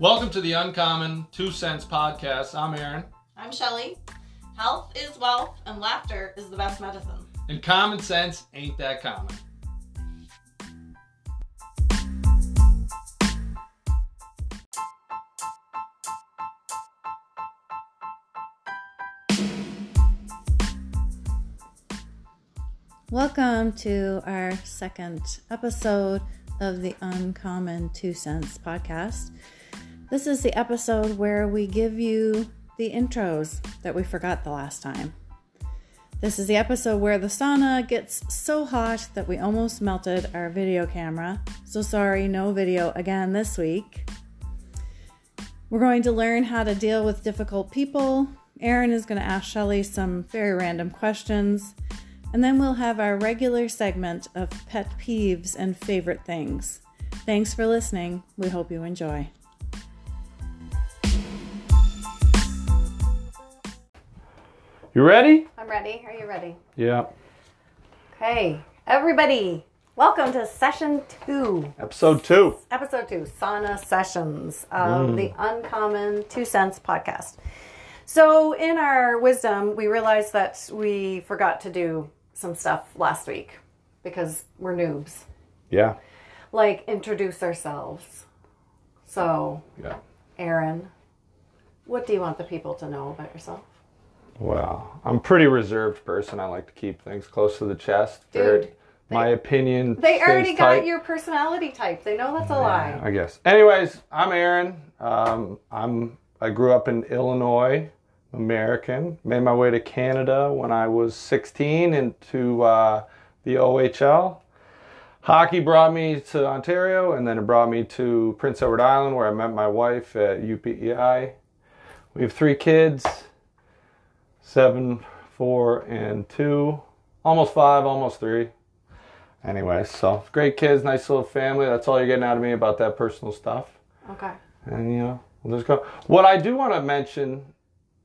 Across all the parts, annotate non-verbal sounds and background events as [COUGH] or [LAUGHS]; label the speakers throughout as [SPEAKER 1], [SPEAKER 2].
[SPEAKER 1] Welcome to the Uncommon Two Cents Podcast. I'm Aaron,
[SPEAKER 2] I'm Shelly. Health is wealth, and laughter is the best medicine.
[SPEAKER 1] and common sense ain't that common.
[SPEAKER 3] Welcome to our second episode of the Uncommon Two Cents podcast. This is the episode where we give you the intros that we forgot the last time. This is the episode where the sauna gets so hot that we almost melted our video camera. So sorry, no video again this week. We're going to learn how to deal with difficult people. Erin is going to ask Shelly some very random questions. And then we'll have our regular segment of pet peeves and favorite things. Thanks for listening. We hope you enjoy.
[SPEAKER 1] You ready?
[SPEAKER 4] I'm ready. Are you ready?
[SPEAKER 1] Yeah.
[SPEAKER 4] Okay. Everybody, welcome to session two,
[SPEAKER 1] Episode two.
[SPEAKER 4] episode two, sauna sessions of the Uncommon Two Cents podcast. So, in our wisdom, we realized that we forgot to do some stuff last week because we're noobs,
[SPEAKER 1] Yeah.
[SPEAKER 4] like introduce ourselves. So,
[SPEAKER 1] Yeah.
[SPEAKER 4] Aaron, what do you want the people to know about yourself?
[SPEAKER 1] Wow. I'm a pretty reserved person. I like to keep things close to the chest.
[SPEAKER 4] Dude,
[SPEAKER 1] Very- my opinion.
[SPEAKER 4] They
[SPEAKER 1] stays
[SPEAKER 4] already got
[SPEAKER 1] tight.
[SPEAKER 4] your personality type. They know that's a lie.
[SPEAKER 1] I guess. Anyways, I'm Aaron. Um, I'm I grew up in Illinois, American. Made my way to Canada when I was 16 into uh, the OHL. Hockey brought me to Ontario, and then it brought me to Prince Edward Island, where I met my wife at UPEI. We have three kids: seven, four, and two. Almost five, almost three. Anyway, so great kids, nice little family. That's all you're getting out of me about that personal stuff.
[SPEAKER 4] Okay.
[SPEAKER 1] And you know, we'll just go. What I do want to mention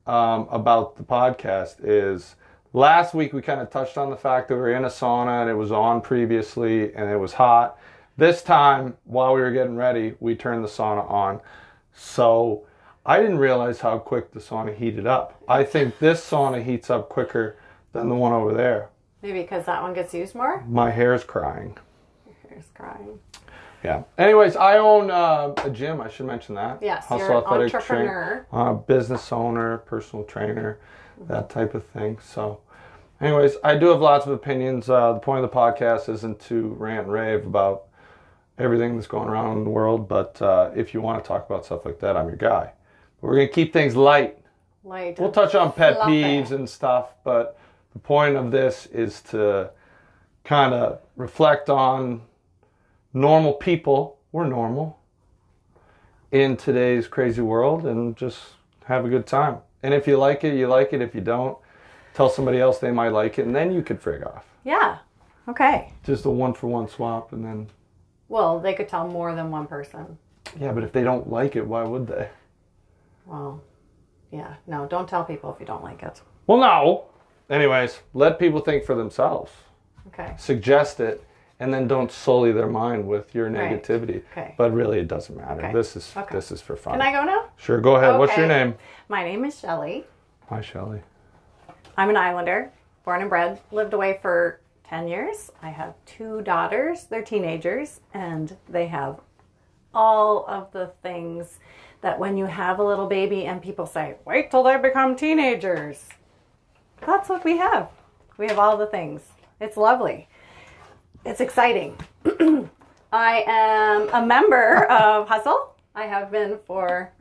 [SPEAKER 1] um, about the podcast is last week we kind of touched on the fact that we were in a sauna and it was on previously and it was hot. This time, while we were getting ready, we turned the sauna on. So I didn't realize how quick the sauna heated up. I think this sauna heats up quicker than the one over there.
[SPEAKER 4] Maybe because that one gets used more?
[SPEAKER 1] My hair's crying.
[SPEAKER 4] Here's crying.
[SPEAKER 1] Yeah. Anyways, I own uh, a gym. I should mention that.
[SPEAKER 4] Yes,
[SPEAKER 1] Hustle
[SPEAKER 4] you're an
[SPEAKER 1] Athletic Train-
[SPEAKER 4] entrepreneur.
[SPEAKER 1] uh, business owner, personal trainer, that type of thing. So, anyways, I do have lots of opinions. Uh, the point of the podcast isn't to rant and rave about everything that's going around in the world, but uh, if you want to talk about stuff like that, I'm your guy. But we're gonna keep things light.
[SPEAKER 4] Light.
[SPEAKER 1] We'll touch on pet
[SPEAKER 4] Fluffy.
[SPEAKER 1] peeves and stuff, but the point of this is to kind of reflect on normal people. We're normal in today's crazy world and just have a good time. And if you like it, you like it. If you don't, tell somebody else they might like it, and then you could frig off.
[SPEAKER 4] yeah. Okay.
[SPEAKER 1] Just a one for one swap, and then
[SPEAKER 4] Well, they could tell more than one person.
[SPEAKER 1] yeah. But if they don't like it, why would they?
[SPEAKER 4] Well, yeah. No, don't tell people if you don't like it.
[SPEAKER 1] Well, no. Anyways, let people think for themselves.
[SPEAKER 4] Okay.
[SPEAKER 1] suggest it and then don't sully their mind with your
[SPEAKER 4] Right.
[SPEAKER 1] negativity
[SPEAKER 4] Okay.
[SPEAKER 1] but really it doesn't matter
[SPEAKER 4] Okay.
[SPEAKER 1] this is
[SPEAKER 4] Okay.
[SPEAKER 1] this is for fun
[SPEAKER 4] Can I go now?
[SPEAKER 1] sure go ahead what's your
[SPEAKER 4] Okay.
[SPEAKER 1] name
[SPEAKER 4] My name is Shelly.
[SPEAKER 1] hi shelly
[SPEAKER 4] I'm an islander, born and bred, lived away for 10 years. I have two daughters, they're teenagers, and they have all of the things that when you have a little baby and people say, wait till they become teenagers. That's what we have. We have all the things. It's lovely, it's exciting. [CLEARS THROAT] I am a member of Hustle. I have been for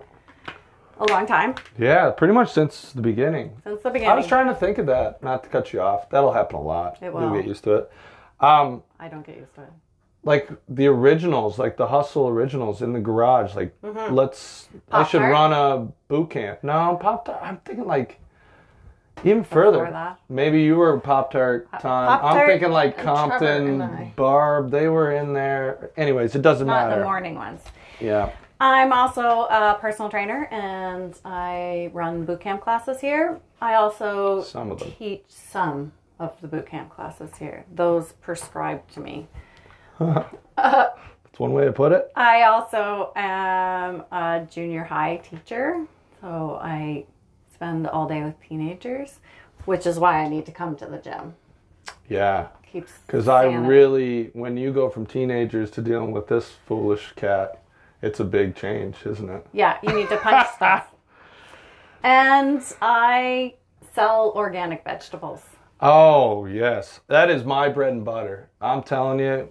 [SPEAKER 4] a long time
[SPEAKER 1] yeah pretty much since the beginning
[SPEAKER 4] since the
[SPEAKER 1] i
[SPEAKER 4] beginning.
[SPEAKER 1] was trying to think of that not to cut you off that'll happen a lot
[SPEAKER 4] It
[SPEAKER 1] you'll
[SPEAKER 4] will.
[SPEAKER 1] get used to it um
[SPEAKER 4] I don't get used to it.
[SPEAKER 1] like the originals like the hustle originals in the garage like
[SPEAKER 4] Mm-hmm.
[SPEAKER 1] let's i should
[SPEAKER 4] Pop-Tart?
[SPEAKER 1] run a boot camp no pop tart i'm thinking like even further
[SPEAKER 4] that.
[SPEAKER 1] Maybe you were Pop Tart time. I'm
[SPEAKER 4] Pop-Tart
[SPEAKER 1] thinking like
[SPEAKER 4] and Trevor and
[SPEAKER 1] Compton,
[SPEAKER 4] I.
[SPEAKER 1] Barb. They were in there. Anyways, it doesn't
[SPEAKER 4] Not
[SPEAKER 1] matter.
[SPEAKER 4] the morning ones.
[SPEAKER 1] Yeah.
[SPEAKER 4] I'm also a personal trainer and I run boot camp classes here. I also
[SPEAKER 1] Some of them.
[SPEAKER 4] teach some of the boot camp classes here, those prescribed to me.
[SPEAKER 1] That's one way to put it.
[SPEAKER 4] I also am a junior high teacher, so I spend all day with teenagers, which is why I need to come to the gym.
[SPEAKER 1] Yeah.
[SPEAKER 4] Keeps
[SPEAKER 1] Because I
[SPEAKER 4] sanity.
[SPEAKER 1] really, when you go from teenagers to dealing with this foolish cat, it's a big change, isn't it?
[SPEAKER 4] Yeah, you need
[SPEAKER 1] [LAUGHS]
[SPEAKER 4] to punch stuff. And I sell organic vegetables.
[SPEAKER 1] Oh, yes. That is my bread and butter. I'm telling you,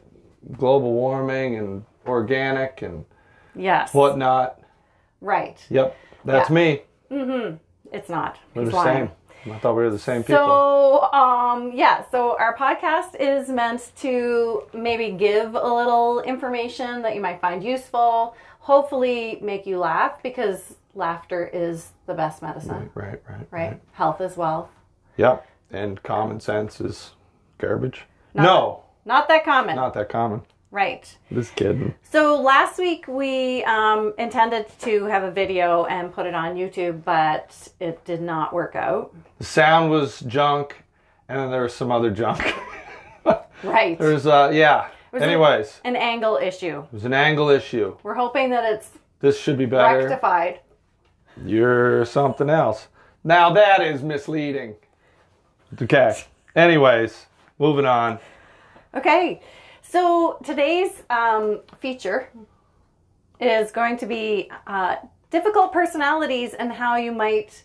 [SPEAKER 1] global warming and organic and
[SPEAKER 4] Yes.
[SPEAKER 1] whatnot.
[SPEAKER 4] Right.
[SPEAKER 1] Yep. That's me.
[SPEAKER 4] It's not.
[SPEAKER 1] We're
[SPEAKER 4] He's
[SPEAKER 1] the
[SPEAKER 4] lying.
[SPEAKER 1] same. I thought we were the same people.
[SPEAKER 4] So, um, yeah, so our podcast is meant to maybe give a little information that you might find useful, hopefully make you laugh because laughter is the best medicine,
[SPEAKER 1] Right, right,
[SPEAKER 4] right? Health is wealth.
[SPEAKER 1] Yep. And common sense is garbage. no,
[SPEAKER 4] Not that common,
[SPEAKER 1] not that common.
[SPEAKER 4] right?
[SPEAKER 1] Just kidding.
[SPEAKER 4] So last week we um, intended to have a video and put it on YouTube, but it did not
[SPEAKER 1] [LAUGHS]
[SPEAKER 4] work out.
[SPEAKER 1] The sound was junk, and then there was some other junk. [LAUGHS]
[SPEAKER 4] Right.
[SPEAKER 1] There's, uh, yeah. Anyways,
[SPEAKER 4] An angle issue.
[SPEAKER 1] it was an angle issue.
[SPEAKER 4] We're hoping that it's
[SPEAKER 1] This should be better.
[SPEAKER 4] rectified.
[SPEAKER 1] You're something else. Now that is misleading. Okay. Anyways, moving on.
[SPEAKER 4] Okay. So today's um, feature is going to be uh, difficult personalities and how you might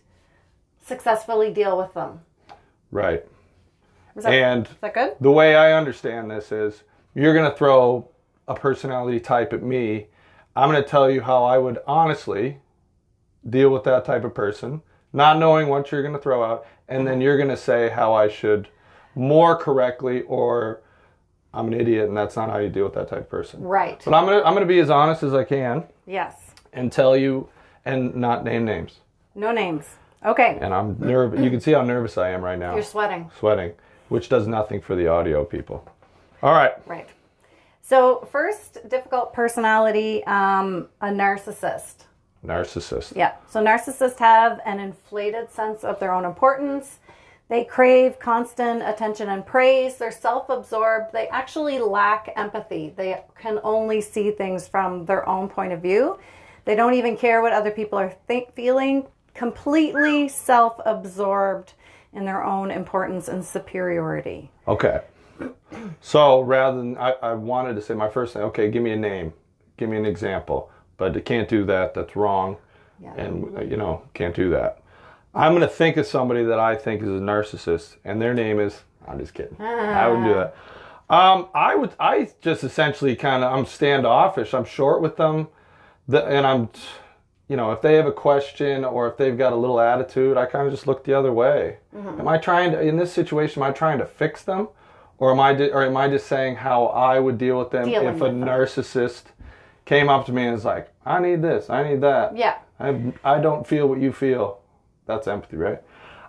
[SPEAKER 4] successfully deal with them.
[SPEAKER 1] Right.
[SPEAKER 4] Is that,
[SPEAKER 1] And
[SPEAKER 4] is that good?
[SPEAKER 1] the way I understand this is you're going to throw a personality type at me. I'm going to tell you how I would honestly deal with that type of person, not knowing what you're going to throw out. And then you're going to say how I should more correctly, or I'm an idiot and that's not how you deal with that type of person.
[SPEAKER 4] Right.
[SPEAKER 1] But I'm going to, I'm going to be as honest as I can.
[SPEAKER 4] Yes.
[SPEAKER 1] and tell you and not name names.
[SPEAKER 4] No names. Okay.
[SPEAKER 1] And I'm nervous. You can see how nervous I am right now.
[SPEAKER 4] You're sweating.
[SPEAKER 1] sweating, which does nothing for the audio people. All right.
[SPEAKER 4] Right. So, first difficult personality, um, a narcissist.
[SPEAKER 1] Narcissist.
[SPEAKER 4] Yeah. So, narcissists have an inflated sense of their own importance. They crave constant attention and praise. They're self absorbed. They actually lack empathy. They can only see things from their own point of view. They don't even care what other people are think- feeling, completely self absorbed in their own importance and superiority.
[SPEAKER 1] Okay. So rather than, I, I wanted to say my first thing, okay, give me a name, give me an example, but it can't do that. That's wrong. And, uh, you know, can't do that. I'm going to think of somebody that I think is a narcissist, and their name is, I'm just kidding. I
[SPEAKER 4] [LAUGHS]
[SPEAKER 1] wouldn't do that. Um, I would, I just essentially kind of, I'm standoffish. I'm short with them. The, and I'm, you know, if they have a question or if they've got a little attitude, I kind of just look the other way.
[SPEAKER 4] Mm-hmm.
[SPEAKER 1] Am I trying to, in this situation, am I trying to fix them? Or am I, di- or am I just saying how I would deal with them
[SPEAKER 4] Dealing
[SPEAKER 1] if a
[SPEAKER 4] with them.
[SPEAKER 1] narcissist came up to me and was like, I need this, I need that.
[SPEAKER 4] Yeah.
[SPEAKER 1] I, I don't feel what you feel. That's empathy, right?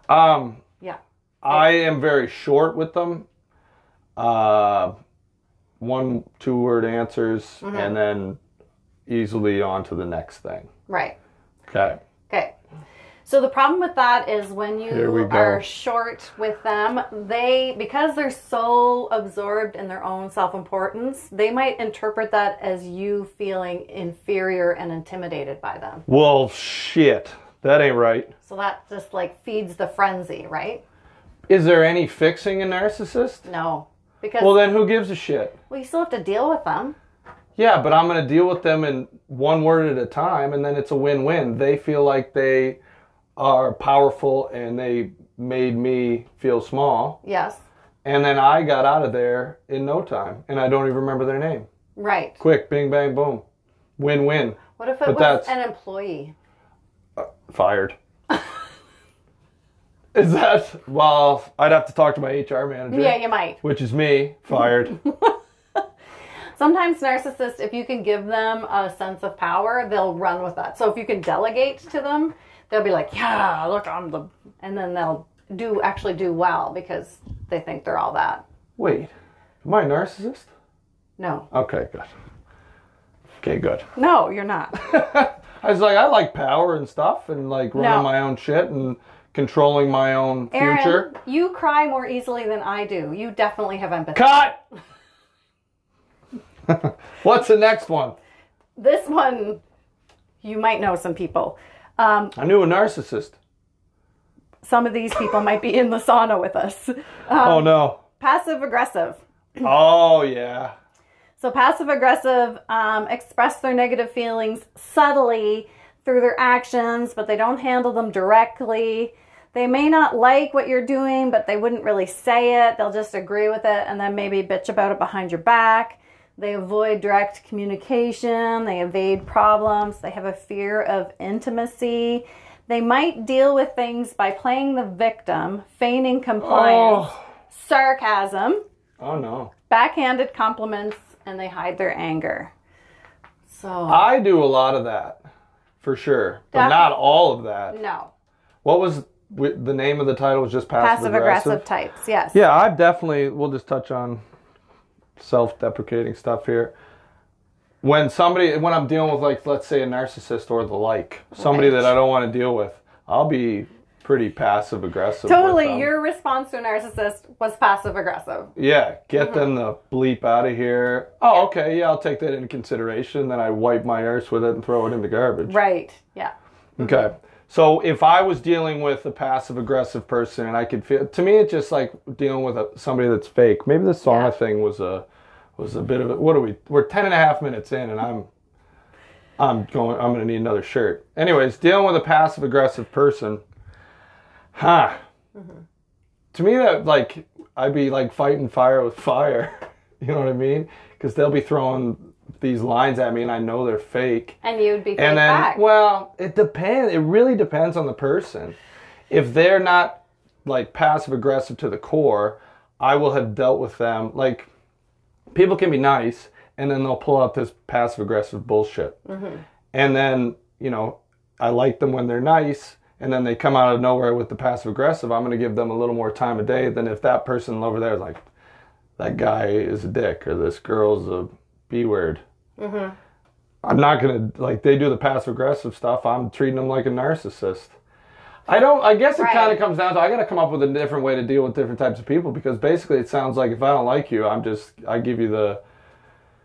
[SPEAKER 1] Um,
[SPEAKER 4] Yeah.
[SPEAKER 1] I am very short with them. Uh, one, two word answers, and then easily on to the next thing.
[SPEAKER 4] Right.
[SPEAKER 1] Okay.
[SPEAKER 4] Okay. So the problem with that is when
[SPEAKER 1] Here we
[SPEAKER 4] you
[SPEAKER 1] go.
[SPEAKER 4] are short with them, they because they're so absorbed in their own self-importance, they might interpret that as you feeling inferior and intimidated by them.
[SPEAKER 1] Well, shit. That ain't right.
[SPEAKER 4] So that just like feeds the frenzy, right?
[SPEAKER 1] Is there any fixing a narcissist?
[SPEAKER 4] No. Because
[SPEAKER 1] Well, then who gives a shit?
[SPEAKER 4] we still have to deal with them.
[SPEAKER 1] Yeah, but I'm going to deal with them in one word at a time, and then it's a win win. They feel like they are powerful and they made me feel small.
[SPEAKER 4] Yes.
[SPEAKER 1] And then I got out of there in no time, and I don't even remember their name.
[SPEAKER 4] Right.
[SPEAKER 1] Quick, bing, bang, boom. Win win.
[SPEAKER 4] What if it
[SPEAKER 1] But
[SPEAKER 4] was
[SPEAKER 1] that's-
[SPEAKER 4] an employee? [LAUGHS]
[SPEAKER 1] Fired. is that, well, I'd have to talk to my HR manager,
[SPEAKER 4] Yeah, you might.
[SPEAKER 1] which is me,
[SPEAKER 4] [LAUGHS]
[SPEAKER 1] fired.
[SPEAKER 4] Sometimes narcissists, if you can give them a sense of power, they'll run with that. So if you can delegate to them, they'll be like, "Yeah, look, I'm the," and then they'll do actually do well because they think they're all that.
[SPEAKER 1] Wait, am I a narcissist?
[SPEAKER 4] No,
[SPEAKER 1] Okay, good. Okay, good.
[SPEAKER 4] no, you're not.
[SPEAKER 1] I was like, I like power and stuff and like running
[SPEAKER 4] No.
[SPEAKER 1] my own shit and controlling my own
[SPEAKER 4] Aaron,
[SPEAKER 1] future.
[SPEAKER 4] you cry more easily than I do. You definitely have empathy.
[SPEAKER 1] Cut! [LAUGHS] What's the next one?
[SPEAKER 4] This one, you might know some people. Um,
[SPEAKER 1] I knew a narcissist.
[SPEAKER 4] some of these people might be in the sauna with us.
[SPEAKER 1] oh no.
[SPEAKER 4] Passive aggressive.
[SPEAKER 1] Oh yeah.
[SPEAKER 4] So passive aggressive um, express their negative feelings subtly through their actions, but they don't handle them directly. They may not like what you're doing, but they wouldn't really say it. They'll just agree with it and then maybe bitch about it behind your back. They avoid direct communication. They evade problems. They have a fear of intimacy. They might deal with things by playing the victim, feigning compliance,
[SPEAKER 1] Oh.
[SPEAKER 4] sarcasm,
[SPEAKER 1] Oh no.
[SPEAKER 4] backhanded compliments and they hide their anger. So,
[SPEAKER 1] I do a lot of that, for sure, but
[SPEAKER 4] That-
[SPEAKER 1] not all of that.
[SPEAKER 4] no.
[SPEAKER 1] What was wi- the name of the title? Was just passive
[SPEAKER 4] Passive aggressive
[SPEAKER 1] aggressive.
[SPEAKER 4] types, yes.
[SPEAKER 1] Yeah, I've definitely. We'll just touch on self-deprecating stuff here. When somebody, when I'm dealing with like, let's say a narcissist or the like, somebody that I don't want to deal with, I'll be pretty passive aggressive.
[SPEAKER 4] Totally, your response to a narcissist was passive aggressive.
[SPEAKER 1] Yeah, get
[SPEAKER 4] Uh-huh.
[SPEAKER 1] them the bleep out of here. Oh, okay, yeah, I'll take that into consideration. Then I wipe my arse with it and throw it in the garbage.
[SPEAKER 4] Right, yeah.
[SPEAKER 1] Okay. So if I was dealing with a passive aggressive person and I could feel to me it's just like dealing with a, somebody that's fake. Maybe the sauna
[SPEAKER 4] Yeah.
[SPEAKER 1] thing was a was a bit of a what are we we're ten and a half minutes in and I'm I'm going I'm gonna need another shirt. Anyways, dealing with a passive aggressive person. Huh. To me that like I'd be like fighting fire with fire. [LAUGHS] You know what I mean? Because they'll be throwing these lines at me and I know they're fake.
[SPEAKER 4] And you'd be
[SPEAKER 1] And
[SPEAKER 4] and
[SPEAKER 1] then,
[SPEAKER 4] back.
[SPEAKER 1] well, it depends. It really depends on the person. If they're not like passive aggressive to the core, I will have dealt with them. Like, people can be nice, and then they'll pull out this passive aggressive bullshit. And then, you know, I like them when they're nice, and then they come out of nowhere with the passive aggressive. I'm going to give them a little more time a day than if that person over there is like, that guy is a dick, or this girl's a B word.
[SPEAKER 4] Mm-hmm.
[SPEAKER 1] I'm not gonna like they do the passive aggressive stuff. I'm treating them like a narcissist. I don't. I guess it
[SPEAKER 4] Right.
[SPEAKER 1] kind of comes down to I got to come up with a different way to deal with different types of people because basically it sounds like if I don't like you, I'm just I give you the [SIGHS]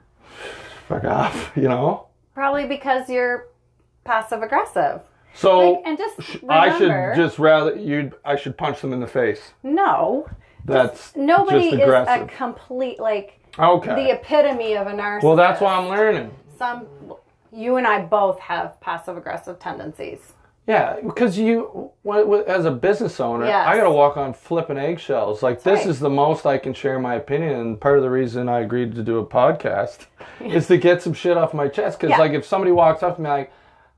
[SPEAKER 1] fuck off, [LAUGHS] you know.
[SPEAKER 4] Probably because you're passive aggressive.
[SPEAKER 1] So
[SPEAKER 4] Like, and just
[SPEAKER 1] [LAUGHS]
[SPEAKER 4] remember,
[SPEAKER 1] I should just rather you. I should punch them in the face.
[SPEAKER 4] no,
[SPEAKER 1] That's
[SPEAKER 4] nobody
[SPEAKER 1] just
[SPEAKER 4] is a
[SPEAKER 1] aggressive.
[SPEAKER 4] complete, like, the
[SPEAKER 1] okay.
[SPEAKER 4] epitome of a narcissist.
[SPEAKER 1] well, that's why I'm learning.
[SPEAKER 4] Some, you and I both have passive aggressive tendencies.
[SPEAKER 1] Yeah, because you, w- w- as a business owner,
[SPEAKER 4] Yes.
[SPEAKER 1] I got to walk on flipping eggshells. Like this
[SPEAKER 4] right.
[SPEAKER 1] is the most I can share my opinion, and part of the reason I agreed to do a [LAUGHS] podcast is to get some shit off my chest. Because
[SPEAKER 4] Yeah.
[SPEAKER 1] like, if somebody walks up to me like,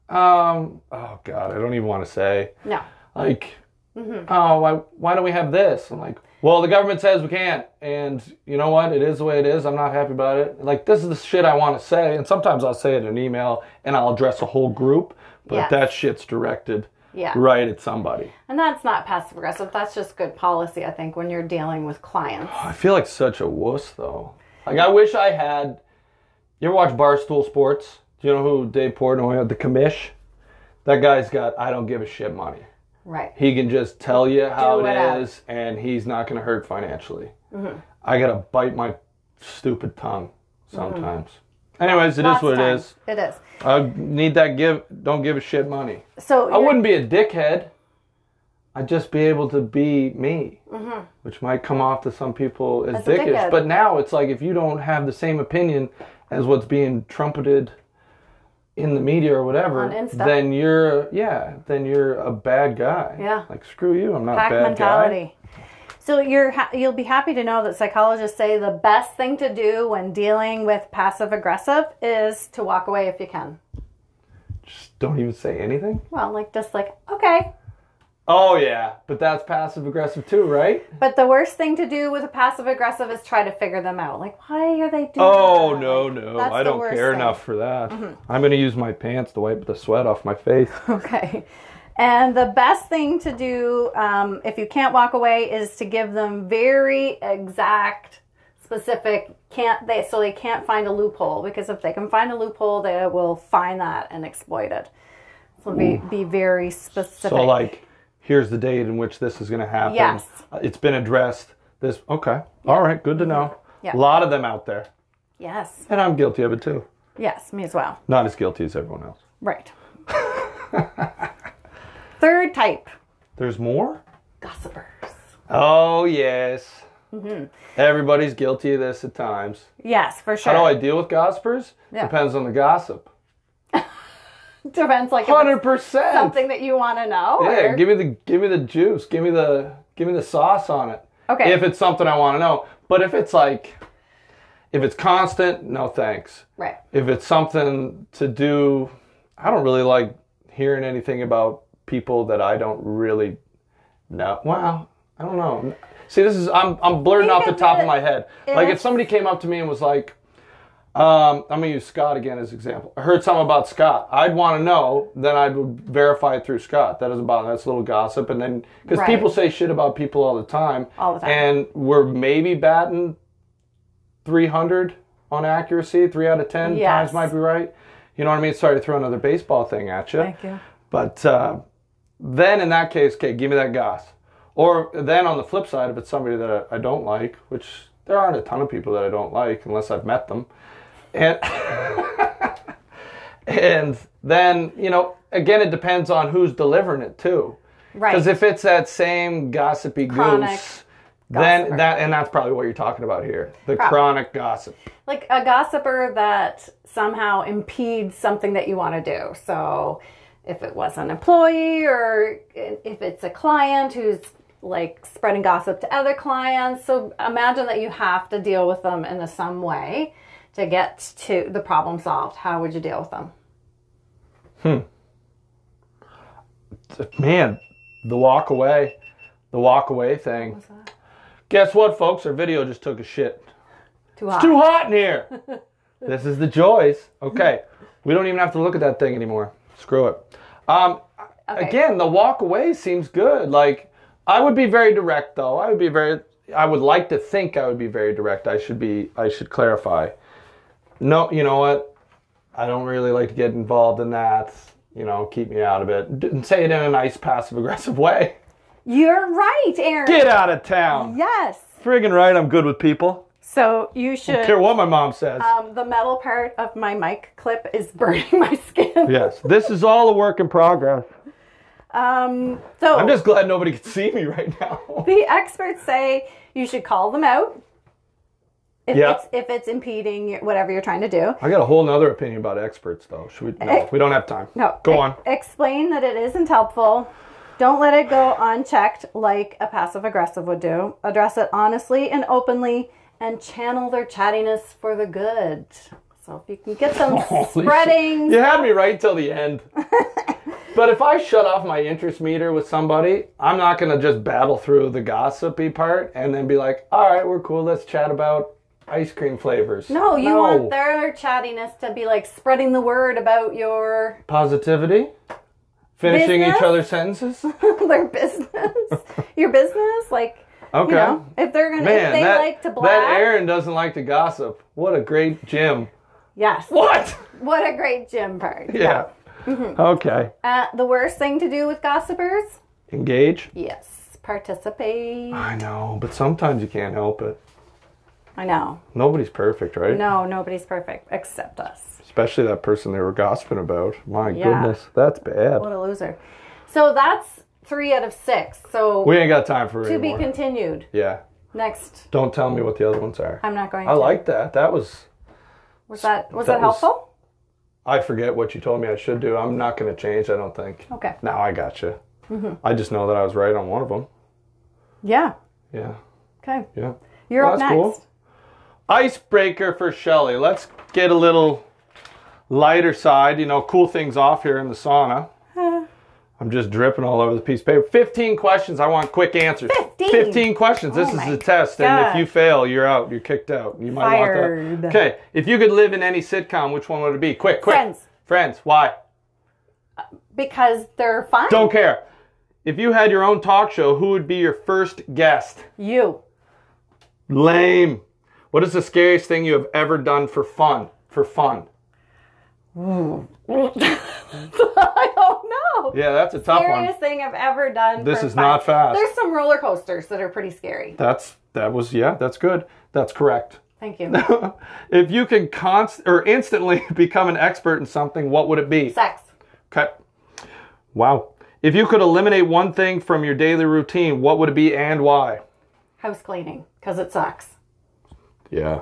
[SPEAKER 1] um, oh god, I don't even want to say,
[SPEAKER 4] No.
[SPEAKER 1] like,
[SPEAKER 4] Mm-hmm.
[SPEAKER 1] oh, why, why don't we have this? I'm like, well, the government says we can't, and you know what? It is the way it is. I'm not happy about it. Like, this is the shit I want to say, and sometimes I'll say it in an email, and I'll address a whole group, but
[SPEAKER 4] Yes.
[SPEAKER 1] that shit's directed
[SPEAKER 4] Yeah.
[SPEAKER 1] right at somebody.
[SPEAKER 4] And that's not passive aggressive. That's just good policy, I think, when you're dealing with clients.
[SPEAKER 1] I feel like such a wuss, though. Like, I wish I had. You ever watch Barstool Sports? Do you know who Dave Portnoy had? The commish? That guy's got I don't give a shit money.
[SPEAKER 4] Right.
[SPEAKER 1] He can just tell you how
[SPEAKER 4] Do
[SPEAKER 1] it
[SPEAKER 4] whatever. Mm-hmm.
[SPEAKER 1] is, and he's not going to hurt financially. I got to bite my stupid tongue sometimes. Anyways, it is
[SPEAKER 4] Mm-hmm. Lots
[SPEAKER 1] what
[SPEAKER 4] of
[SPEAKER 1] it
[SPEAKER 4] times.
[SPEAKER 1] is.
[SPEAKER 4] It is.
[SPEAKER 1] I need that give, don't give a shit money.
[SPEAKER 4] So
[SPEAKER 1] I
[SPEAKER 4] you're-
[SPEAKER 1] wouldn't be a dickhead. I'd just be able to be me, which might come off to some people as,
[SPEAKER 4] Mm-hmm. a
[SPEAKER 1] dickish.
[SPEAKER 4] dickhead.
[SPEAKER 1] But now it's like if you don't have the same opinion as what's being trumpeted in the media or whatever,
[SPEAKER 4] On Insta.
[SPEAKER 1] then you're yeah, then you're a bad guy.
[SPEAKER 4] Yeah.
[SPEAKER 1] like screw you, I'm not
[SPEAKER 4] pack
[SPEAKER 1] a bad guy.
[SPEAKER 4] mentality. So you're ha- you'll be happy to know that psychologists say the best thing to do when dealing with passive aggressive is to walk away if you can.
[SPEAKER 1] Just don't even say anything.
[SPEAKER 4] Well, like just like okay.
[SPEAKER 1] Oh yeah, but that's passive aggressive too, right?
[SPEAKER 4] But the worst thing to do with a passive aggressive is try to figure them out. Like why are they doing?
[SPEAKER 1] Oh
[SPEAKER 4] that?
[SPEAKER 1] no
[SPEAKER 4] Like,
[SPEAKER 1] no,
[SPEAKER 4] that's
[SPEAKER 1] I
[SPEAKER 4] the
[SPEAKER 1] don't
[SPEAKER 4] worst
[SPEAKER 1] care
[SPEAKER 4] thing. Mm-hmm.
[SPEAKER 1] enough for that. I'm gonna use my pants to wipe the sweat off my face.
[SPEAKER 4] Okay. And the best thing to do um, if you can't walk away is to give them very exact, specific. Can't they? So they can't find a loophole because if they can find a loophole, they will find that and exploit it. So be be very specific.
[SPEAKER 1] So like, here's the date in which this is going to happen.
[SPEAKER 4] Yes. Mm-hmm.
[SPEAKER 1] Uh, It's been addressed. This okay. All right. Good to know.
[SPEAKER 4] Yeah.
[SPEAKER 1] A lot of them out there.
[SPEAKER 4] Yes.
[SPEAKER 1] And I'm guilty of it too.
[SPEAKER 4] Yes, me as well.
[SPEAKER 1] Not as guilty as everyone else.
[SPEAKER 4] Right. [LAUGHS] Third type
[SPEAKER 1] There's more?
[SPEAKER 4] gossipers.
[SPEAKER 1] Oh, yes.
[SPEAKER 4] Mm-hmm.
[SPEAKER 1] Everybody's guilty of this at times.
[SPEAKER 4] Yes, for
[SPEAKER 1] How
[SPEAKER 4] sure.
[SPEAKER 1] do I deal with gossipers?
[SPEAKER 4] Yeah.
[SPEAKER 1] Depends on the gossip.
[SPEAKER 4] Depends like if it's
[SPEAKER 1] 100%.
[SPEAKER 4] something that you want to know.
[SPEAKER 1] Yeah,
[SPEAKER 4] or-
[SPEAKER 1] give me the give me the juice. Give me the give me the sauce on it.
[SPEAKER 4] Okay.
[SPEAKER 1] If it's something I want to know, but if it's like if it's constant, no thanks.
[SPEAKER 4] right.
[SPEAKER 1] If it's something to do, I don't really like hearing anything about people that I don't really know. Wow, I don't know. See, this is I'm I'm blurting
[SPEAKER 4] Think
[SPEAKER 1] off the
[SPEAKER 4] of
[SPEAKER 1] top of
[SPEAKER 4] it
[SPEAKER 1] my head. Like if
[SPEAKER 4] as-
[SPEAKER 1] somebody came up to me and was like, um, I'm gonna use Scott again as example. I heard something about Scott. I'd want to know, then I'd verify it through Scott. That doesn't bother. That's a little gossip, and then because
[SPEAKER 4] Right.
[SPEAKER 1] people say shit about people all the time,
[SPEAKER 4] All the time.
[SPEAKER 1] and we're maybe batting 300 on accuracy, three out of ten
[SPEAKER 4] Yes.
[SPEAKER 1] times might be right. You know what I mean? Sorry to throw another baseball thing at you.
[SPEAKER 4] Thank you.
[SPEAKER 1] But uh, then in that case, okay, give me that goss. Or then on the flip side, if it's somebody that I, I don't like, which there aren't a ton of people that I don't like unless I've met them, and [LAUGHS] and then you know again it depends on who's delivering it too.
[SPEAKER 4] Right.
[SPEAKER 1] Because if it's that same gossipy
[SPEAKER 4] Chronic
[SPEAKER 1] goose, then
[SPEAKER 4] gossiper.
[SPEAKER 1] that and that's probably what you're talking about here, the chronic gossip.
[SPEAKER 4] like a gossiper that somehow impedes something that you want to do. So if it was an employee or if it's a client who's like spreading gossip to other clients. So imagine that you have to deal with them in a, some way to get to the problem solved. How would you deal with them?
[SPEAKER 1] man, the walk away, the walk away thing. Guess what, folks? Our video just took a shit.
[SPEAKER 4] Too
[SPEAKER 1] It's
[SPEAKER 4] hot.
[SPEAKER 1] too hot in
[SPEAKER 4] [LAUGHS]
[SPEAKER 1] here. this is the joys. Okay, we don't even have to look at that thing anymore. Screw it. Um,
[SPEAKER 4] Okay.
[SPEAKER 1] Again, the walk away seems good. Like I would be very direct, though. I would be very. I would like to think I would be very direct. I should be. I should clarify. No, you know what? I don't really like to get involved in that. You know, keep me out of it. D- say it in a nice passive aggressive way. [LAUGHS]
[SPEAKER 4] You're right, Aaron.
[SPEAKER 1] Get out of town.
[SPEAKER 4] Yes.
[SPEAKER 1] Friggin' right, I'm good with people.
[SPEAKER 4] So you should.
[SPEAKER 1] Care what my mom says.
[SPEAKER 4] Um, the metal part of my mic clip is [LAUGHS] burning my skin.
[SPEAKER 1] yes, this is all a work in progress.
[SPEAKER 4] Um, so
[SPEAKER 1] I'm just glad nobody can see me right now.
[SPEAKER 4] [LAUGHS] the experts say you should call them out if
[SPEAKER 1] Yeah.
[SPEAKER 4] it's if it's impeding your- whatever you're trying to do.
[SPEAKER 1] I got a whole nother opinion about experts, though. Should we? No, we don't have time.
[SPEAKER 4] No,
[SPEAKER 1] Go
[SPEAKER 4] e-
[SPEAKER 1] on.
[SPEAKER 4] Explain that it isn't helpful. Don't let it go unchecked like a passive aggressive would do. Address it honestly and openly, and channel their chattiness for the good. So if you can get them
[SPEAKER 1] [LAUGHS] Holy
[SPEAKER 4] spreading,
[SPEAKER 1] shit. You had me right till the end. [LAUGHS] but if I shut off my interest meter with somebody, I'm not going to just battle through the gossipy part and then be like, all right, we're cool. Let's chat about ice cream flavors.
[SPEAKER 4] no, you want their chattiness to be like spreading the word about your
[SPEAKER 1] Positivity? Finishing each
[SPEAKER 4] Business?
[SPEAKER 1] other's sentences?
[SPEAKER 4] [LAUGHS] their business, [LAUGHS] your business, like
[SPEAKER 1] Okay.
[SPEAKER 4] you know, if they're gonna,
[SPEAKER 1] Man,
[SPEAKER 4] if they
[SPEAKER 1] that,
[SPEAKER 4] like to blab,
[SPEAKER 1] that Aaron doesn't like to gossip. What a great gym. [LAUGHS]
[SPEAKER 4] yes,
[SPEAKER 1] What?
[SPEAKER 4] what a great gym part.
[SPEAKER 1] Yeah. Okay.
[SPEAKER 4] Uh, the worst thing to do with gossipers,
[SPEAKER 1] Engage?
[SPEAKER 4] yes, participate.
[SPEAKER 1] I know, but sometimes you can't help it.
[SPEAKER 4] I know,
[SPEAKER 1] Nobody's perfect, right?
[SPEAKER 4] no, nobody's perfect except us.
[SPEAKER 1] Especially that person they were gossiping about. My
[SPEAKER 4] Yeah.
[SPEAKER 1] goodness, that's bad.
[SPEAKER 4] What a loser. So that's three out of six. So
[SPEAKER 1] We ain't got time for it
[SPEAKER 4] to be
[SPEAKER 1] anymore.
[SPEAKER 4] continued.
[SPEAKER 1] yeah.
[SPEAKER 4] Next,
[SPEAKER 1] Don't tell me what the other ones are.
[SPEAKER 4] I'm not going.
[SPEAKER 1] I
[SPEAKER 4] to.
[SPEAKER 1] like that. That was
[SPEAKER 4] Was that was that,
[SPEAKER 1] that was-
[SPEAKER 4] helpful?
[SPEAKER 1] I forget what you told me I should do. I'm not going to change, I don't think.
[SPEAKER 4] Okay.
[SPEAKER 1] Now I got you.
[SPEAKER 4] Mm-hmm.
[SPEAKER 1] I just know that I was right on one of them.
[SPEAKER 4] Yeah.
[SPEAKER 1] Yeah.
[SPEAKER 4] Okay.
[SPEAKER 1] Yeah.
[SPEAKER 4] You're
[SPEAKER 1] Well,
[SPEAKER 4] up
[SPEAKER 1] that's
[SPEAKER 4] next.
[SPEAKER 1] cool. Icebreaker for Shelly. Let's get a little lighter side, you know, cool things off here in the sauna. I'm just dripping all over the piece of paper. 15 questions. I want quick answers.
[SPEAKER 4] 15?
[SPEAKER 1] questions. This
[SPEAKER 4] Oh
[SPEAKER 1] is
[SPEAKER 4] my
[SPEAKER 1] the test. And if
[SPEAKER 4] God.
[SPEAKER 1] you fail, you're out. You're kicked out. You might want
[SPEAKER 4] Fired.
[SPEAKER 1] that. Okay. If you could live in any sitcom, which one would it be? Quick, quick.
[SPEAKER 4] Friends.
[SPEAKER 1] Friends. Why?
[SPEAKER 4] Because they're fun.
[SPEAKER 1] Don't care. If you had your own talk show, who would be your first guest?
[SPEAKER 4] You. [LAUGHS]
[SPEAKER 1] Lame. What is the scariest thing you have ever done for fun? For fun.
[SPEAKER 4] I don't know.
[SPEAKER 1] Yeah, that's a tough one.
[SPEAKER 4] scariest thing I've ever done.
[SPEAKER 1] This
[SPEAKER 4] for
[SPEAKER 1] is
[SPEAKER 4] fun.
[SPEAKER 1] not fast. [LAUGHS]
[SPEAKER 4] There's some roller coasters that are pretty scary.
[SPEAKER 1] That's that was yeah, that's good. That's correct. [LAUGHS]
[SPEAKER 4] Thank you.
[SPEAKER 1] If you could const or instantly [LAUGHS] become an expert in something, what would it be?
[SPEAKER 4] Sex.
[SPEAKER 1] Okay. Wow. If you could eliminate one thing from your daily routine, what would it be and why?
[SPEAKER 4] House cleaning. Because it sucks.
[SPEAKER 1] Yeah,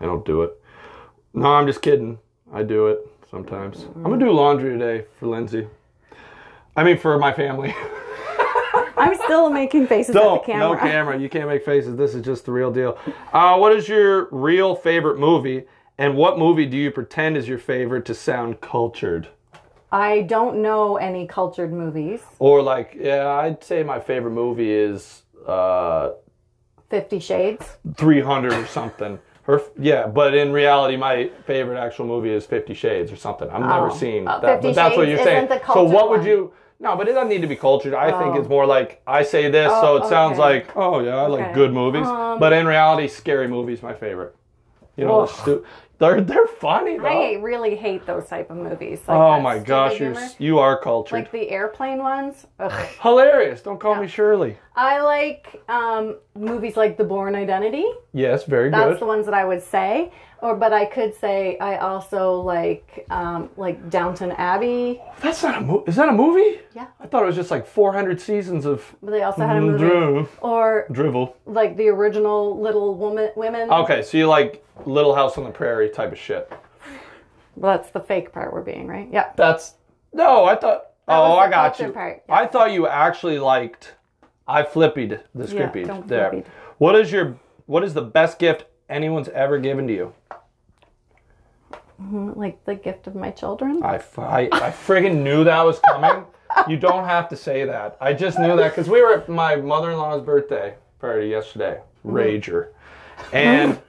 [SPEAKER 1] I don't do it. No, I'm just kidding. I do it sometimes. I'm gonna do laundry today for Lindsay. I mean, for my family. [LAUGHS]
[SPEAKER 4] I'm still making faces at
[SPEAKER 1] Don't
[SPEAKER 4] the camera.
[SPEAKER 1] no camera. You can't make faces. This is just the real deal. Uh, what is your real favorite movie, and what movie do you pretend is your favorite to sound cultured?
[SPEAKER 4] I don't know any cultured movies.
[SPEAKER 1] Or like, yeah, I'd say my favorite movie is uh,
[SPEAKER 4] Fifty Shades.
[SPEAKER 1] 300 or something. Her, yeah, but in reality, my favorite actual movie is Fifty Shades or something. I've never seen
[SPEAKER 4] Oh,
[SPEAKER 1] that, but
[SPEAKER 4] 50
[SPEAKER 1] that's what
[SPEAKER 4] Shades
[SPEAKER 1] you're saying.
[SPEAKER 4] isn't the
[SPEAKER 1] so what
[SPEAKER 4] cultured
[SPEAKER 1] would
[SPEAKER 4] one.
[SPEAKER 1] you? No, but it doesn't need to be cultured. I think
[SPEAKER 4] Oh.
[SPEAKER 1] it's more like I say this, so it sounds
[SPEAKER 4] okay.
[SPEAKER 1] like oh yeah, I like
[SPEAKER 4] Okay.
[SPEAKER 1] good movies.
[SPEAKER 4] Um,
[SPEAKER 1] but in reality, scary movies my favorite. You know,
[SPEAKER 4] Ugh.
[SPEAKER 1] they're, stu- they're they're funny though.
[SPEAKER 4] I really hate those type of movies. Like
[SPEAKER 1] oh
[SPEAKER 4] that
[SPEAKER 1] my
[SPEAKER 4] stupid
[SPEAKER 1] gosh, you're
[SPEAKER 4] humor.
[SPEAKER 1] s- you are cultured.
[SPEAKER 4] like the airplane ones. Ugh.
[SPEAKER 1] Hilarious. Don't call me Shirley.
[SPEAKER 4] I like um, movies like The Born Identity.
[SPEAKER 1] Yes, very
[SPEAKER 4] That's
[SPEAKER 1] good.
[SPEAKER 4] the ones that I would say. Or, but I could say I also like um, like Downton Abbey.
[SPEAKER 1] That's not a movie. Is that a movie?
[SPEAKER 4] Yeah.
[SPEAKER 1] I thought it was just like 400 seasons of
[SPEAKER 4] But they also had a movie.
[SPEAKER 1] Driv-
[SPEAKER 4] Or
[SPEAKER 1] drivel.
[SPEAKER 4] like the original Little Woman Women.
[SPEAKER 1] Okay, so you like Little House on the Prairie type of shit.
[SPEAKER 4] Well, that's the fake part we're being, right? Yeah.
[SPEAKER 1] That's no, I thought.
[SPEAKER 4] was
[SPEAKER 1] oh,
[SPEAKER 4] the
[SPEAKER 1] I got
[SPEAKER 4] culture
[SPEAKER 1] you.
[SPEAKER 4] part,
[SPEAKER 1] I thought you actually liked. I flippied the
[SPEAKER 4] Yeah,
[SPEAKER 1] scrippied
[SPEAKER 4] don't
[SPEAKER 1] there.
[SPEAKER 4] flippied.
[SPEAKER 1] What is your What is the best gift anyone's ever given to you?
[SPEAKER 4] Like the gift of my children.
[SPEAKER 1] I f- I, I friggin' knew that was
[SPEAKER 4] [LAUGHS]
[SPEAKER 1] coming. you don't have to say that. I just knew that because we were at my mother in law's birthday party yesterday.
[SPEAKER 4] Mm-hmm.
[SPEAKER 1] Rager, and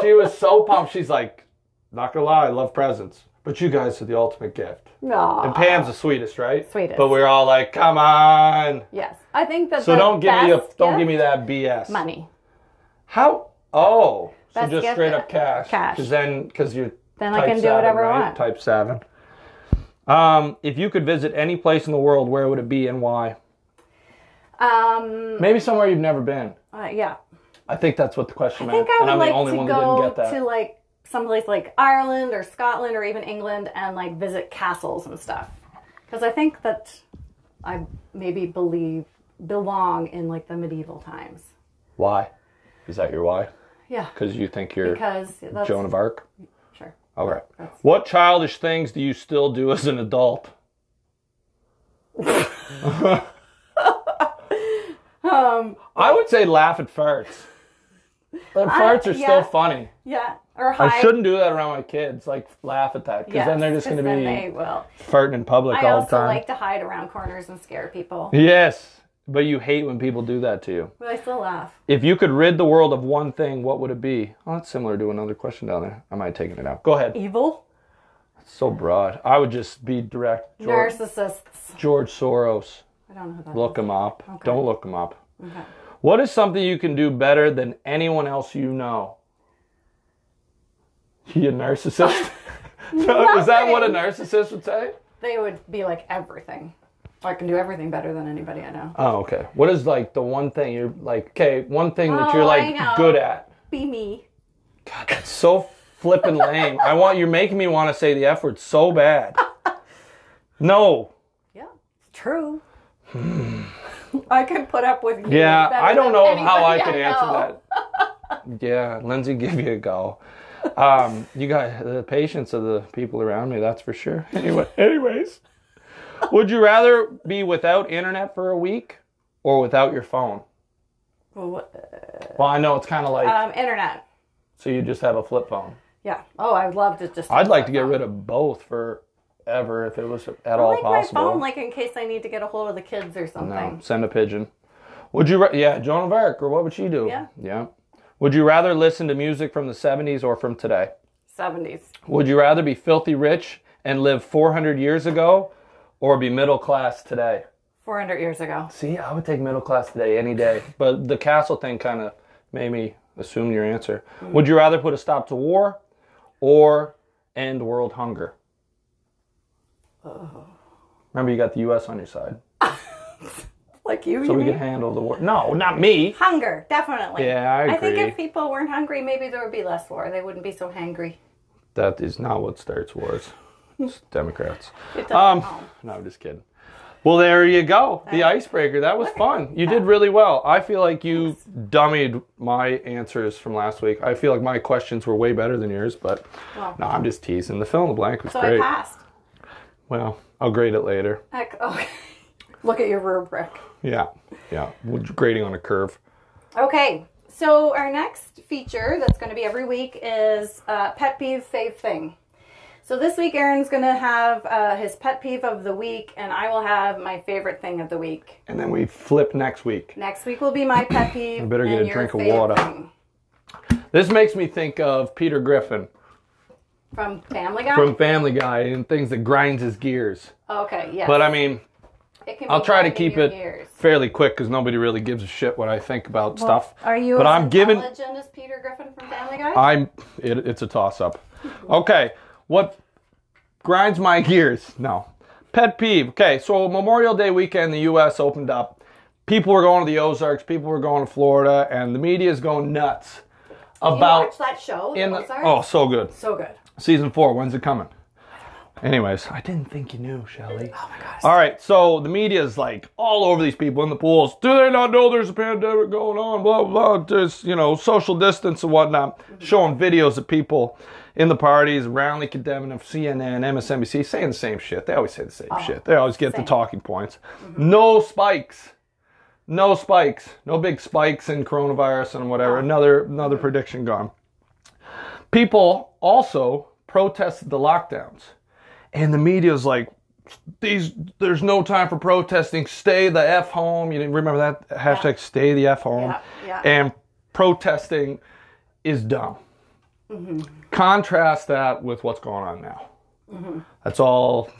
[SPEAKER 1] she was so pumped. She's like, "Not gonna lie, I love presents, but you guys are the ultimate gift."
[SPEAKER 4] No.
[SPEAKER 1] And Pam's the sweetest, right?
[SPEAKER 4] Sweetest.
[SPEAKER 1] But we're all like, come on.
[SPEAKER 4] Yes. I think that.
[SPEAKER 1] So
[SPEAKER 4] the
[SPEAKER 1] don't give me a,
[SPEAKER 4] best
[SPEAKER 1] don't
[SPEAKER 4] gift-
[SPEAKER 1] give me that BS.
[SPEAKER 4] money.
[SPEAKER 1] How? Oh, so
[SPEAKER 4] Best
[SPEAKER 1] just
[SPEAKER 4] gift-
[SPEAKER 1] straight up cash.
[SPEAKER 4] cash.
[SPEAKER 1] Because then, because you're.
[SPEAKER 4] Then I
[SPEAKER 1] type
[SPEAKER 4] can do
[SPEAKER 1] savvy,
[SPEAKER 4] whatever I
[SPEAKER 1] right?
[SPEAKER 4] want.
[SPEAKER 1] Type seven. Um, if you could visit any place in the world, where would it be and why?
[SPEAKER 4] Um.
[SPEAKER 1] Maybe somewhere you've never been.
[SPEAKER 4] uh, yeah.
[SPEAKER 1] I think that's what the question
[SPEAKER 4] I think
[SPEAKER 1] meant.
[SPEAKER 4] I
[SPEAKER 1] and
[SPEAKER 4] would
[SPEAKER 1] I'm
[SPEAKER 4] like
[SPEAKER 1] the only
[SPEAKER 4] to
[SPEAKER 1] one that
[SPEAKER 4] go
[SPEAKER 1] didn't get that.
[SPEAKER 4] to like someplace like Ireland or Scotland or even England and like visit castles and stuff. Because I think that I maybe believe belong in like the medieval times.
[SPEAKER 1] Why? Is that your why?
[SPEAKER 4] Yeah.
[SPEAKER 1] Because you think you're
[SPEAKER 4] Because that's
[SPEAKER 1] Joan of Arc?
[SPEAKER 4] sure.
[SPEAKER 1] All right. What childish things do you still do as an
[SPEAKER 4] [LAUGHS]
[SPEAKER 1] adult?
[SPEAKER 4] Um,
[SPEAKER 1] I would say laugh at farts. But farts are
[SPEAKER 4] yeah.
[SPEAKER 1] still funny.
[SPEAKER 4] Yeah. Or hi.
[SPEAKER 1] I shouldn't do that around my kids. Like laugh at that because
[SPEAKER 4] Yes,
[SPEAKER 1] then they're just going to
[SPEAKER 4] 'cause then They
[SPEAKER 1] be
[SPEAKER 4] will.
[SPEAKER 1] farting in public
[SPEAKER 4] I
[SPEAKER 1] all the
[SPEAKER 4] also
[SPEAKER 1] time.
[SPEAKER 4] like to hide around corners and scare people,
[SPEAKER 1] Yes, but you hate when people do that to you.
[SPEAKER 4] but I still laugh.
[SPEAKER 1] If you could rid the world of one thing, what would it be? Oh, that's similar to another question down there. I might have taken it out. Go ahead.
[SPEAKER 4] Evil
[SPEAKER 1] So broad. I would just be direct. George,
[SPEAKER 4] narcissists.
[SPEAKER 1] George Soros.
[SPEAKER 4] I don't know who that.
[SPEAKER 1] Look him up. Don't look him up. What is something you can do better than anyone else you know? You a narcissist?
[SPEAKER 4] [LAUGHS]
[SPEAKER 1] [LAUGHS] No, is that what a narcissist would say?
[SPEAKER 4] They would be like everything. I can do everything better than anybody I know.
[SPEAKER 1] Oh, okay. What is like the one thing you're like, okay, one thing that
[SPEAKER 4] Oh,
[SPEAKER 1] you're
[SPEAKER 4] I
[SPEAKER 1] like
[SPEAKER 4] know.
[SPEAKER 1] good at?
[SPEAKER 4] Be me.
[SPEAKER 1] God, that's so flippin' lame. I want you're making me want to say the F word so
[SPEAKER 4] [LAUGHS]
[SPEAKER 1] bad. No.
[SPEAKER 4] Yeah, it's true. [SIGHS] I can put up with you.
[SPEAKER 1] Yeah,
[SPEAKER 4] better
[SPEAKER 1] I don't
[SPEAKER 4] than
[SPEAKER 1] know how I
[SPEAKER 4] anybody
[SPEAKER 1] could
[SPEAKER 4] know.
[SPEAKER 1] answer
[SPEAKER 4] [LAUGHS]
[SPEAKER 1] that. yeah, Lindsay, [LAUGHS] give you a go. Um, you got the patience of the people around me, that's for sure. [LAUGHS] Anyway, anyways, would you rather be without internet for a week or without your phone?
[SPEAKER 4] Well,
[SPEAKER 1] Well, I know it's kind of like
[SPEAKER 4] Um, internet.
[SPEAKER 1] so you just have a flip phone.
[SPEAKER 4] Yeah. Oh, I'd love to just.
[SPEAKER 1] I'd like to get rid of both forever if it was at all
[SPEAKER 4] like
[SPEAKER 1] possible.
[SPEAKER 4] my phone, like in case I need to get a hold of the kids or
[SPEAKER 1] No,
[SPEAKER 4] something.
[SPEAKER 1] send a pigeon. Would you? Ra- yeah, Joan of Arc, or what would she do?
[SPEAKER 4] Yeah.
[SPEAKER 1] Yeah. Would you rather listen to music from the '70s or from today?
[SPEAKER 4] Seventies.
[SPEAKER 1] Would you rather be filthy rich and live 400 years ago, or be middle class today?
[SPEAKER 4] Four hundred years ago.
[SPEAKER 1] See, I would take middle class today any day. But the castle thing kind of made me assume your answer. Would you rather put a stop to war, or end world hunger? Uh-huh. Remember, you got the U.S. on your side.
[SPEAKER 4] like you.
[SPEAKER 1] so
[SPEAKER 4] you
[SPEAKER 1] we
[SPEAKER 4] mean?
[SPEAKER 1] could handle the war. No, not me.
[SPEAKER 4] Hunger, definitely.
[SPEAKER 1] Yeah, I
[SPEAKER 4] think
[SPEAKER 1] agree.
[SPEAKER 4] if people weren't hungry, maybe there would be less war. They wouldn't be so hangry.
[SPEAKER 1] That is not what starts wars. It's Democrats.
[SPEAKER 4] It doesn't
[SPEAKER 1] Um,
[SPEAKER 4] help.
[SPEAKER 1] no, I'm just kidding. Well, there you go. The icebreaker. That was fun. You did really well. I feel like you dummied my answers from last week. I feel like my questions were way better than yours, but
[SPEAKER 4] Well.
[SPEAKER 1] no, I'm just teasing. The fill in the blank was
[SPEAKER 4] so
[SPEAKER 1] great.
[SPEAKER 4] I passed.
[SPEAKER 1] Well, I'll grade it later.
[SPEAKER 4] Heck, [LAUGHS] okay. Look at your rubric.
[SPEAKER 1] Yeah. Yeah. We're grading on a curve.
[SPEAKER 4] Okay, so our next feature that's going to be every week is uh, pet peeve, fave thing. So this week, Aaron's going to have uh, his pet peeve of the week, and I will have my favorite thing of the week.
[SPEAKER 1] And then we flip next week.
[SPEAKER 4] Next week will be my
[SPEAKER 1] [CLEARS THROAT]
[SPEAKER 4] pet peeve.
[SPEAKER 1] better get
[SPEAKER 4] and
[SPEAKER 1] a
[SPEAKER 4] your
[SPEAKER 1] drink of
[SPEAKER 4] fave
[SPEAKER 1] water.
[SPEAKER 4] thing.
[SPEAKER 1] This makes me think of Peter Griffin
[SPEAKER 4] From Family Guy?
[SPEAKER 1] from Family Guy and things that grinds his gears.
[SPEAKER 4] okay, yes.
[SPEAKER 1] But I mean,
[SPEAKER 4] it can
[SPEAKER 1] I'll
[SPEAKER 4] be
[SPEAKER 1] try to
[SPEAKER 4] grinding
[SPEAKER 1] keep
[SPEAKER 4] your
[SPEAKER 1] it
[SPEAKER 4] gears.
[SPEAKER 1] fairly quick because nobody really gives a shit what I think about stuff.
[SPEAKER 4] Are you
[SPEAKER 1] But
[SPEAKER 4] as
[SPEAKER 1] I'm giving.
[SPEAKER 4] intelligent as Peter Griffin from Family Guy?
[SPEAKER 1] I'm. It, it's a toss up. Okay. What grinds my gears? No. Pet peeve. Okay. So Memorial Day weekend, the U.S. opened up. People were going to the Ozarks. People were going to Florida, and the media is going nuts
[SPEAKER 4] you
[SPEAKER 1] about
[SPEAKER 4] watch that show, The
[SPEAKER 1] in the,
[SPEAKER 4] Ozarks?
[SPEAKER 1] oh, so good.
[SPEAKER 4] So good.
[SPEAKER 1] Season four, when's it coming? Anyways, I didn't think you knew, Shelly. Oh my gosh. All right, so the media's like all over these people in the pools. Do they not know there's a pandemic going on? Blah, blah, just, you know, social distance and whatnot. Showing videos of people in the parties, roundly condemning of CNN, MSNBC, saying the same shit. They always say the Oh, same shit. They always get the talking points. No spikes. No spikes. No big spikes in coronavirus and whatever. Another another prediction gone people also protested the lockdowns and the media's like these there's no time for protesting stay the f home you didn't remember that hashtag stay the f home
[SPEAKER 4] Yeah, yeah.
[SPEAKER 1] and protesting is dumb
[SPEAKER 4] Mm-hmm.
[SPEAKER 1] contrast that with what's going on now
[SPEAKER 4] Mm-hmm.
[SPEAKER 1] that's all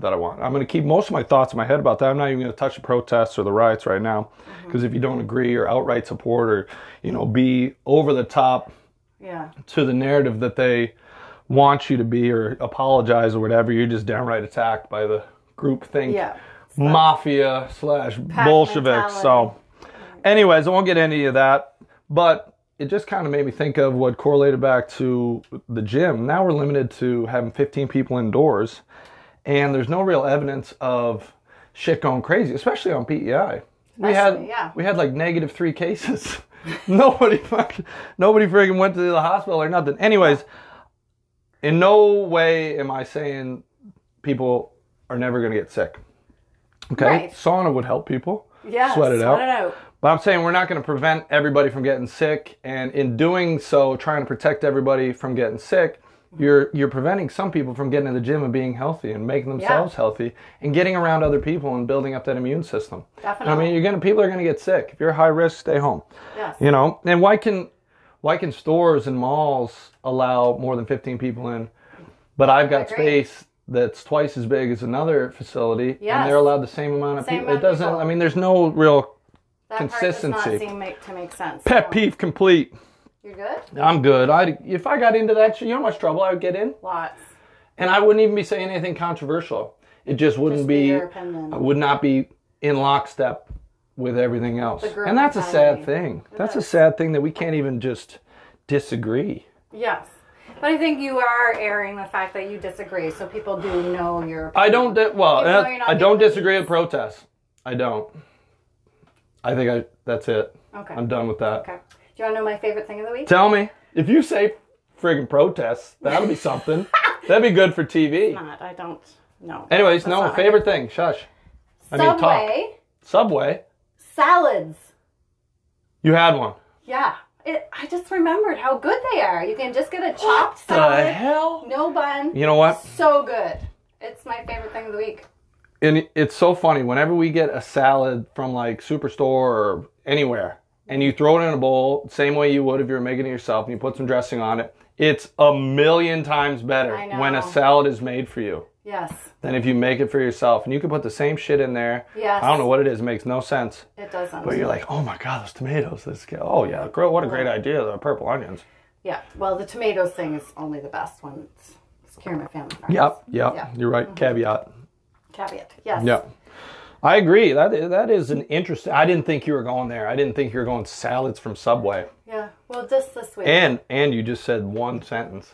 [SPEAKER 1] that i want i'm going to keep most of my thoughts in my head about that i'm not even going to touch the protests or the riots right now because if you don't agree or outright support or you know be over the top
[SPEAKER 4] Yeah.
[SPEAKER 1] to the narrative that they want you to be or apologize or whatever, you're just downright attacked by the group think
[SPEAKER 4] Yeah.
[SPEAKER 1] mafia slash Bolsheviks. So, anyways, I won't get any of that, but it just kind of made me think of what correlated back to the gym. Now we're limited to having 15 people indoors, and there's no real evidence of shit going crazy, especially on PEI. We had
[SPEAKER 4] Especially, yeah.
[SPEAKER 1] we had like negative three cases. [LAUGHS] nobody fucking nobody freaking went to the hospital or nothing. Anyways, in no way am I saying people are never going to get sick. Okay,
[SPEAKER 4] Right.
[SPEAKER 1] sauna would help people.
[SPEAKER 4] Yeah.
[SPEAKER 1] sweat it out.
[SPEAKER 4] Sweat it out.
[SPEAKER 1] But I'm saying we're not going to prevent everybody from getting sick, and in doing so, trying to protect everybody from getting sick, you're you're preventing some people from getting to the gym and being healthy and making themselves healthy and getting around other people and building up that immune system.
[SPEAKER 4] Definitely.
[SPEAKER 1] I mean, you're gonna people are going to get sick. If you're high risk, stay home.
[SPEAKER 4] Yes.
[SPEAKER 1] You know, and why can why can stores and malls allow more than 15 people in, but I've got
[SPEAKER 4] Agree.
[SPEAKER 1] space that's twice as big as another facility,
[SPEAKER 4] Yes.
[SPEAKER 1] and they're allowed the same amount of
[SPEAKER 4] Same
[SPEAKER 1] people.
[SPEAKER 4] amount
[SPEAKER 1] it
[SPEAKER 4] of
[SPEAKER 1] doesn't.
[SPEAKER 4] people.
[SPEAKER 1] I mean, there's no real
[SPEAKER 4] That part
[SPEAKER 1] Consistency.
[SPEAKER 4] does not seem make, to make sense.
[SPEAKER 1] pet peeve complete.
[SPEAKER 4] You're good?
[SPEAKER 1] I'm good. I if I got into that, shit, you know how much trouble I would get in,
[SPEAKER 4] Lots.
[SPEAKER 1] and I wouldn't even be saying anything controversial. It just wouldn't
[SPEAKER 4] Just be
[SPEAKER 1] be.
[SPEAKER 4] your opinion.
[SPEAKER 1] I would not be in lockstep with everything else,
[SPEAKER 4] group
[SPEAKER 1] and that's a
[SPEAKER 4] mentality.
[SPEAKER 1] sad thing. That's a sad thing that we can't even just disagree.
[SPEAKER 4] Yes. But I think you are airing the fact that you disagree, so people do know your opinion.
[SPEAKER 1] I don't. Di- well, eh,
[SPEAKER 4] Even though you're not
[SPEAKER 1] I don't
[SPEAKER 4] getting
[SPEAKER 1] disagree with protests. I don't. I think I. That's it.
[SPEAKER 4] Okay.
[SPEAKER 1] I'm done with that.
[SPEAKER 4] Okay. Do you want to know my favorite thing of the week?
[SPEAKER 1] Tell me if you say friggin' protests, that'll be
[SPEAKER 4] [LAUGHS]
[SPEAKER 1] something. That'd be good for TV.
[SPEAKER 4] Not. I don't know.
[SPEAKER 1] Anyways,
[SPEAKER 4] That's
[SPEAKER 1] no,
[SPEAKER 4] not my
[SPEAKER 1] favorite thing. Shush. I mean, talk.
[SPEAKER 4] Subway
[SPEAKER 1] Subway.
[SPEAKER 4] salads.
[SPEAKER 1] You had one.
[SPEAKER 4] Yeah. It, I just remembered how good they are. You can just get a chopped salad,
[SPEAKER 1] hell?
[SPEAKER 4] no bun.
[SPEAKER 1] You know what?
[SPEAKER 4] So good. It's my favorite thing of the week.
[SPEAKER 1] And it's so funny. Whenever we get a salad from like Superstore or anywhere, and you throw it in a bowl, same way you would if you were making it yourself, and you put some dressing on it, it's a million times better
[SPEAKER 4] I know.
[SPEAKER 1] when a salad is made for you
[SPEAKER 4] Yes.
[SPEAKER 1] than if you make it for yourself. And you can put the same shit in there.
[SPEAKER 4] Yes.
[SPEAKER 1] I don't know what it is. It makes no sense.
[SPEAKER 4] It doesn't.
[SPEAKER 1] But you're like, oh my god, those tomatoes. This. Oh yeah, girl, what a great idea. The purple onions.
[SPEAKER 4] Yeah. Well, the tomatoes thing is only the best one. It's, it's Karen McFamily.
[SPEAKER 1] Yep. Yep.
[SPEAKER 4] Yeah. Mm-hmm.
[SPEAKER 1] You're right. Caveat.
[SPEAKER 4] Caveat. Yes.
[SPEAKER 1] Yep. I agree. That is, that is an interesting. I didn't think you were going there. I didn't think you were going salads from Subway.
[SPEAKER 4] Yeah. Well, just this week.
[SPEAKER 1] And and you just said one sentence.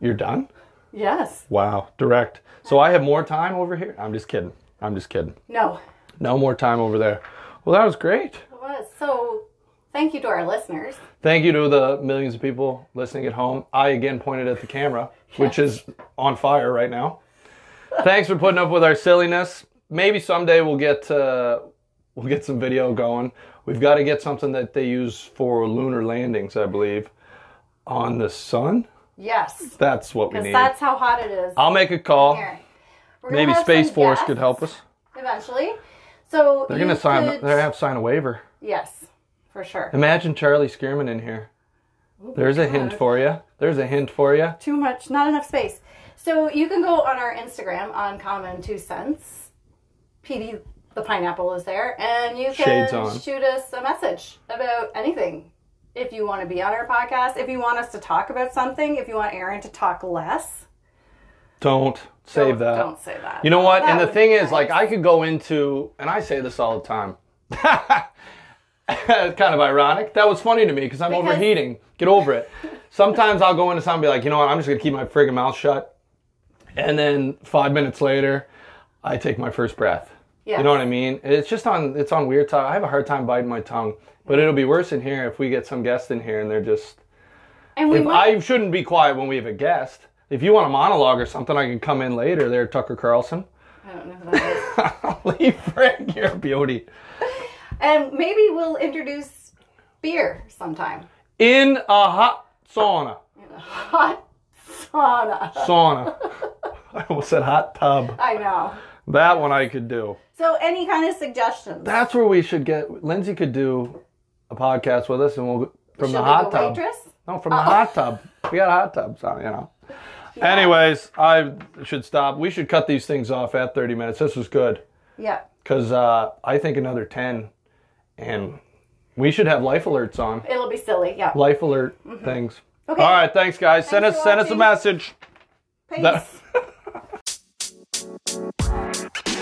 [SPEAKER 1] You're done.
[SPEAKER 4] yes.
[SPEAKER 1] Wow, direct. So I have more time over here. I'm just kidding. I'm just kidding.
[SPEAKER 4] No.
[SPEAKER 1] No more time over there. Well, that was great.
[SPEAKER 4] It was. So, thank you to our listeners.
[SPEAKER 1] Thank you to the millions of people listening at home. I again pointed at the
[SPEAKER 4] [LAUGHS]
[SPEAKER 1] camera, which is on fire right now. Thanks for putting up with our silliness. Maybe someday we'll get uh, we'll get some video going. We've got to get something that they use for lunar landings, I believe, on the sun.
[SPEAKER 4] Yes.
[SPEAKER 1] That's what we
[SPEAKER 4] Because
[SPEAKER 1] need.
[SPEAKER 4] that's how hot it is.
[SPEAKER 1] I'll make a call.
[SPEAKER 4] here. We're gonna
[SPEAKER 1] Maybe
[SPEAKER 4] have
[SPEAKER 1] Space
[SPEAKER 4] some
[SPEAKER 1] Force
[SPEAKER 4] guests
[SPEAKER 1] could help us.
[SPEAKER 4] eventually. So
[SPEAKER 1] They're
[SPEAKER 4] you
[SPEAKER 1] gonna sign.
[SPEAKER 4] could-
[SPEAKER 1] They're gonna have to sign a waiver.
[SPEAKER 4] Yes, for sure.
[SPEAKER 1] Imagine Charlie Skierman in here.
[SPEAKER 4] Oh
[SPEAKER 1] There's a hint for you. There's a hint for you.
[SPEAKER 4] too much, not enough space. So you can go on our Instagram on Common Two Cents. PD the pineapple is there, and you can
[SPEAKER 1] Shades on.
[SPEAKER 4] shoot us a message about anything. If you want to be on our podcast, if you want us to talk about something, if you want Aaron to talk less,
[SPEAKER 1] Don't save
[SPEAKER 4] don't,
[SPEAKER 1] that.
[SPEAKER 4] Don't say that.
[SPEAKER 1] You know what?
[SPEAKER 4] That
[SPEAKER 1] and the
[SPEAKER 4] would
[SPEAKER 1] thing
[SPEAKER 4] be
[SPEAKER 1] is, like, I could go into, and I say this all the time. [LAUGHS] kind of ironic. That was funny to me because I'm
[SPEAKER 4] Because-
[SPEAKER 1] overheating. Get over it. Sometimes I'll go into something and be like, you know what? I'm just going to keep my friggin' mouth shut. And then five minutes later, I take my first breath.
[SPEAKER 4] Yes.
[SPEAKER 1] You know what I mean? It's just on. It's on weird time. I have a hard time biting my tongue, but it'll be worse in here if we get some guests in here and they're just.
[SPEAKER 4] and we
[SPEAKER 1] If
[SPEAKER 4] might,
[SPEAKER 1] I shouldn't be quiet when we have a guest. If you want a monologue or something, I can come in later. There, Tucker Carlson. [LAUGHS]
[SPEAKER 4] I don't know who that is.
[SPEAKER 1] Leave Frank your beauty.
[SPEAKER 4] and maybe we'll introduce beer sometime.
[SPEAKER 1] In a hot sauna.
[SPEAKER 4] Hot sauna.
[SPEAKER 1] Sauna. [LAUGHS] I almost said hot tub.
[SPEAKER 4] I know.
[SPEAKER 1] That one I could do.
[SPEAKER 4] So any kind of suggestions?
[SPEAKER 1] That's where we should get. Lindsay could do a podcast with us, and we'll from
[SPEAKER 4] Should
[SPEAKER 1] the
[SPEAKER 4] we
[SPEAKER 1] hot
[SPEAKER 4] go
[SPEAKER 1] tub.
[SPEAKER 4] waitress?
[SPEAKER 1] No, from the hot tub. We got hot tubs on, you know. Anyways, I should stop. We should cut these things off at 30 minutes. This was good
[SPEAKER 4] Yeah.
[SPEAKER 1] because uh, I think another 10, and we should have life alerts on.
[SPEAKER 4] It'll be silly. Yeah.
[SPEAKER 1] life alert things.
[SPEAKER 4] Mm-hmm. Okay.
[SPEAKER 1] All right, thanks guys. send us
[SPEAKER 4] for
[SPEAKER 1] send us a
[SPEAKER 4] watching.
[SPEAKER 1] message.
[SPEAKER 4] Peace.
[SPEAKER 1] That-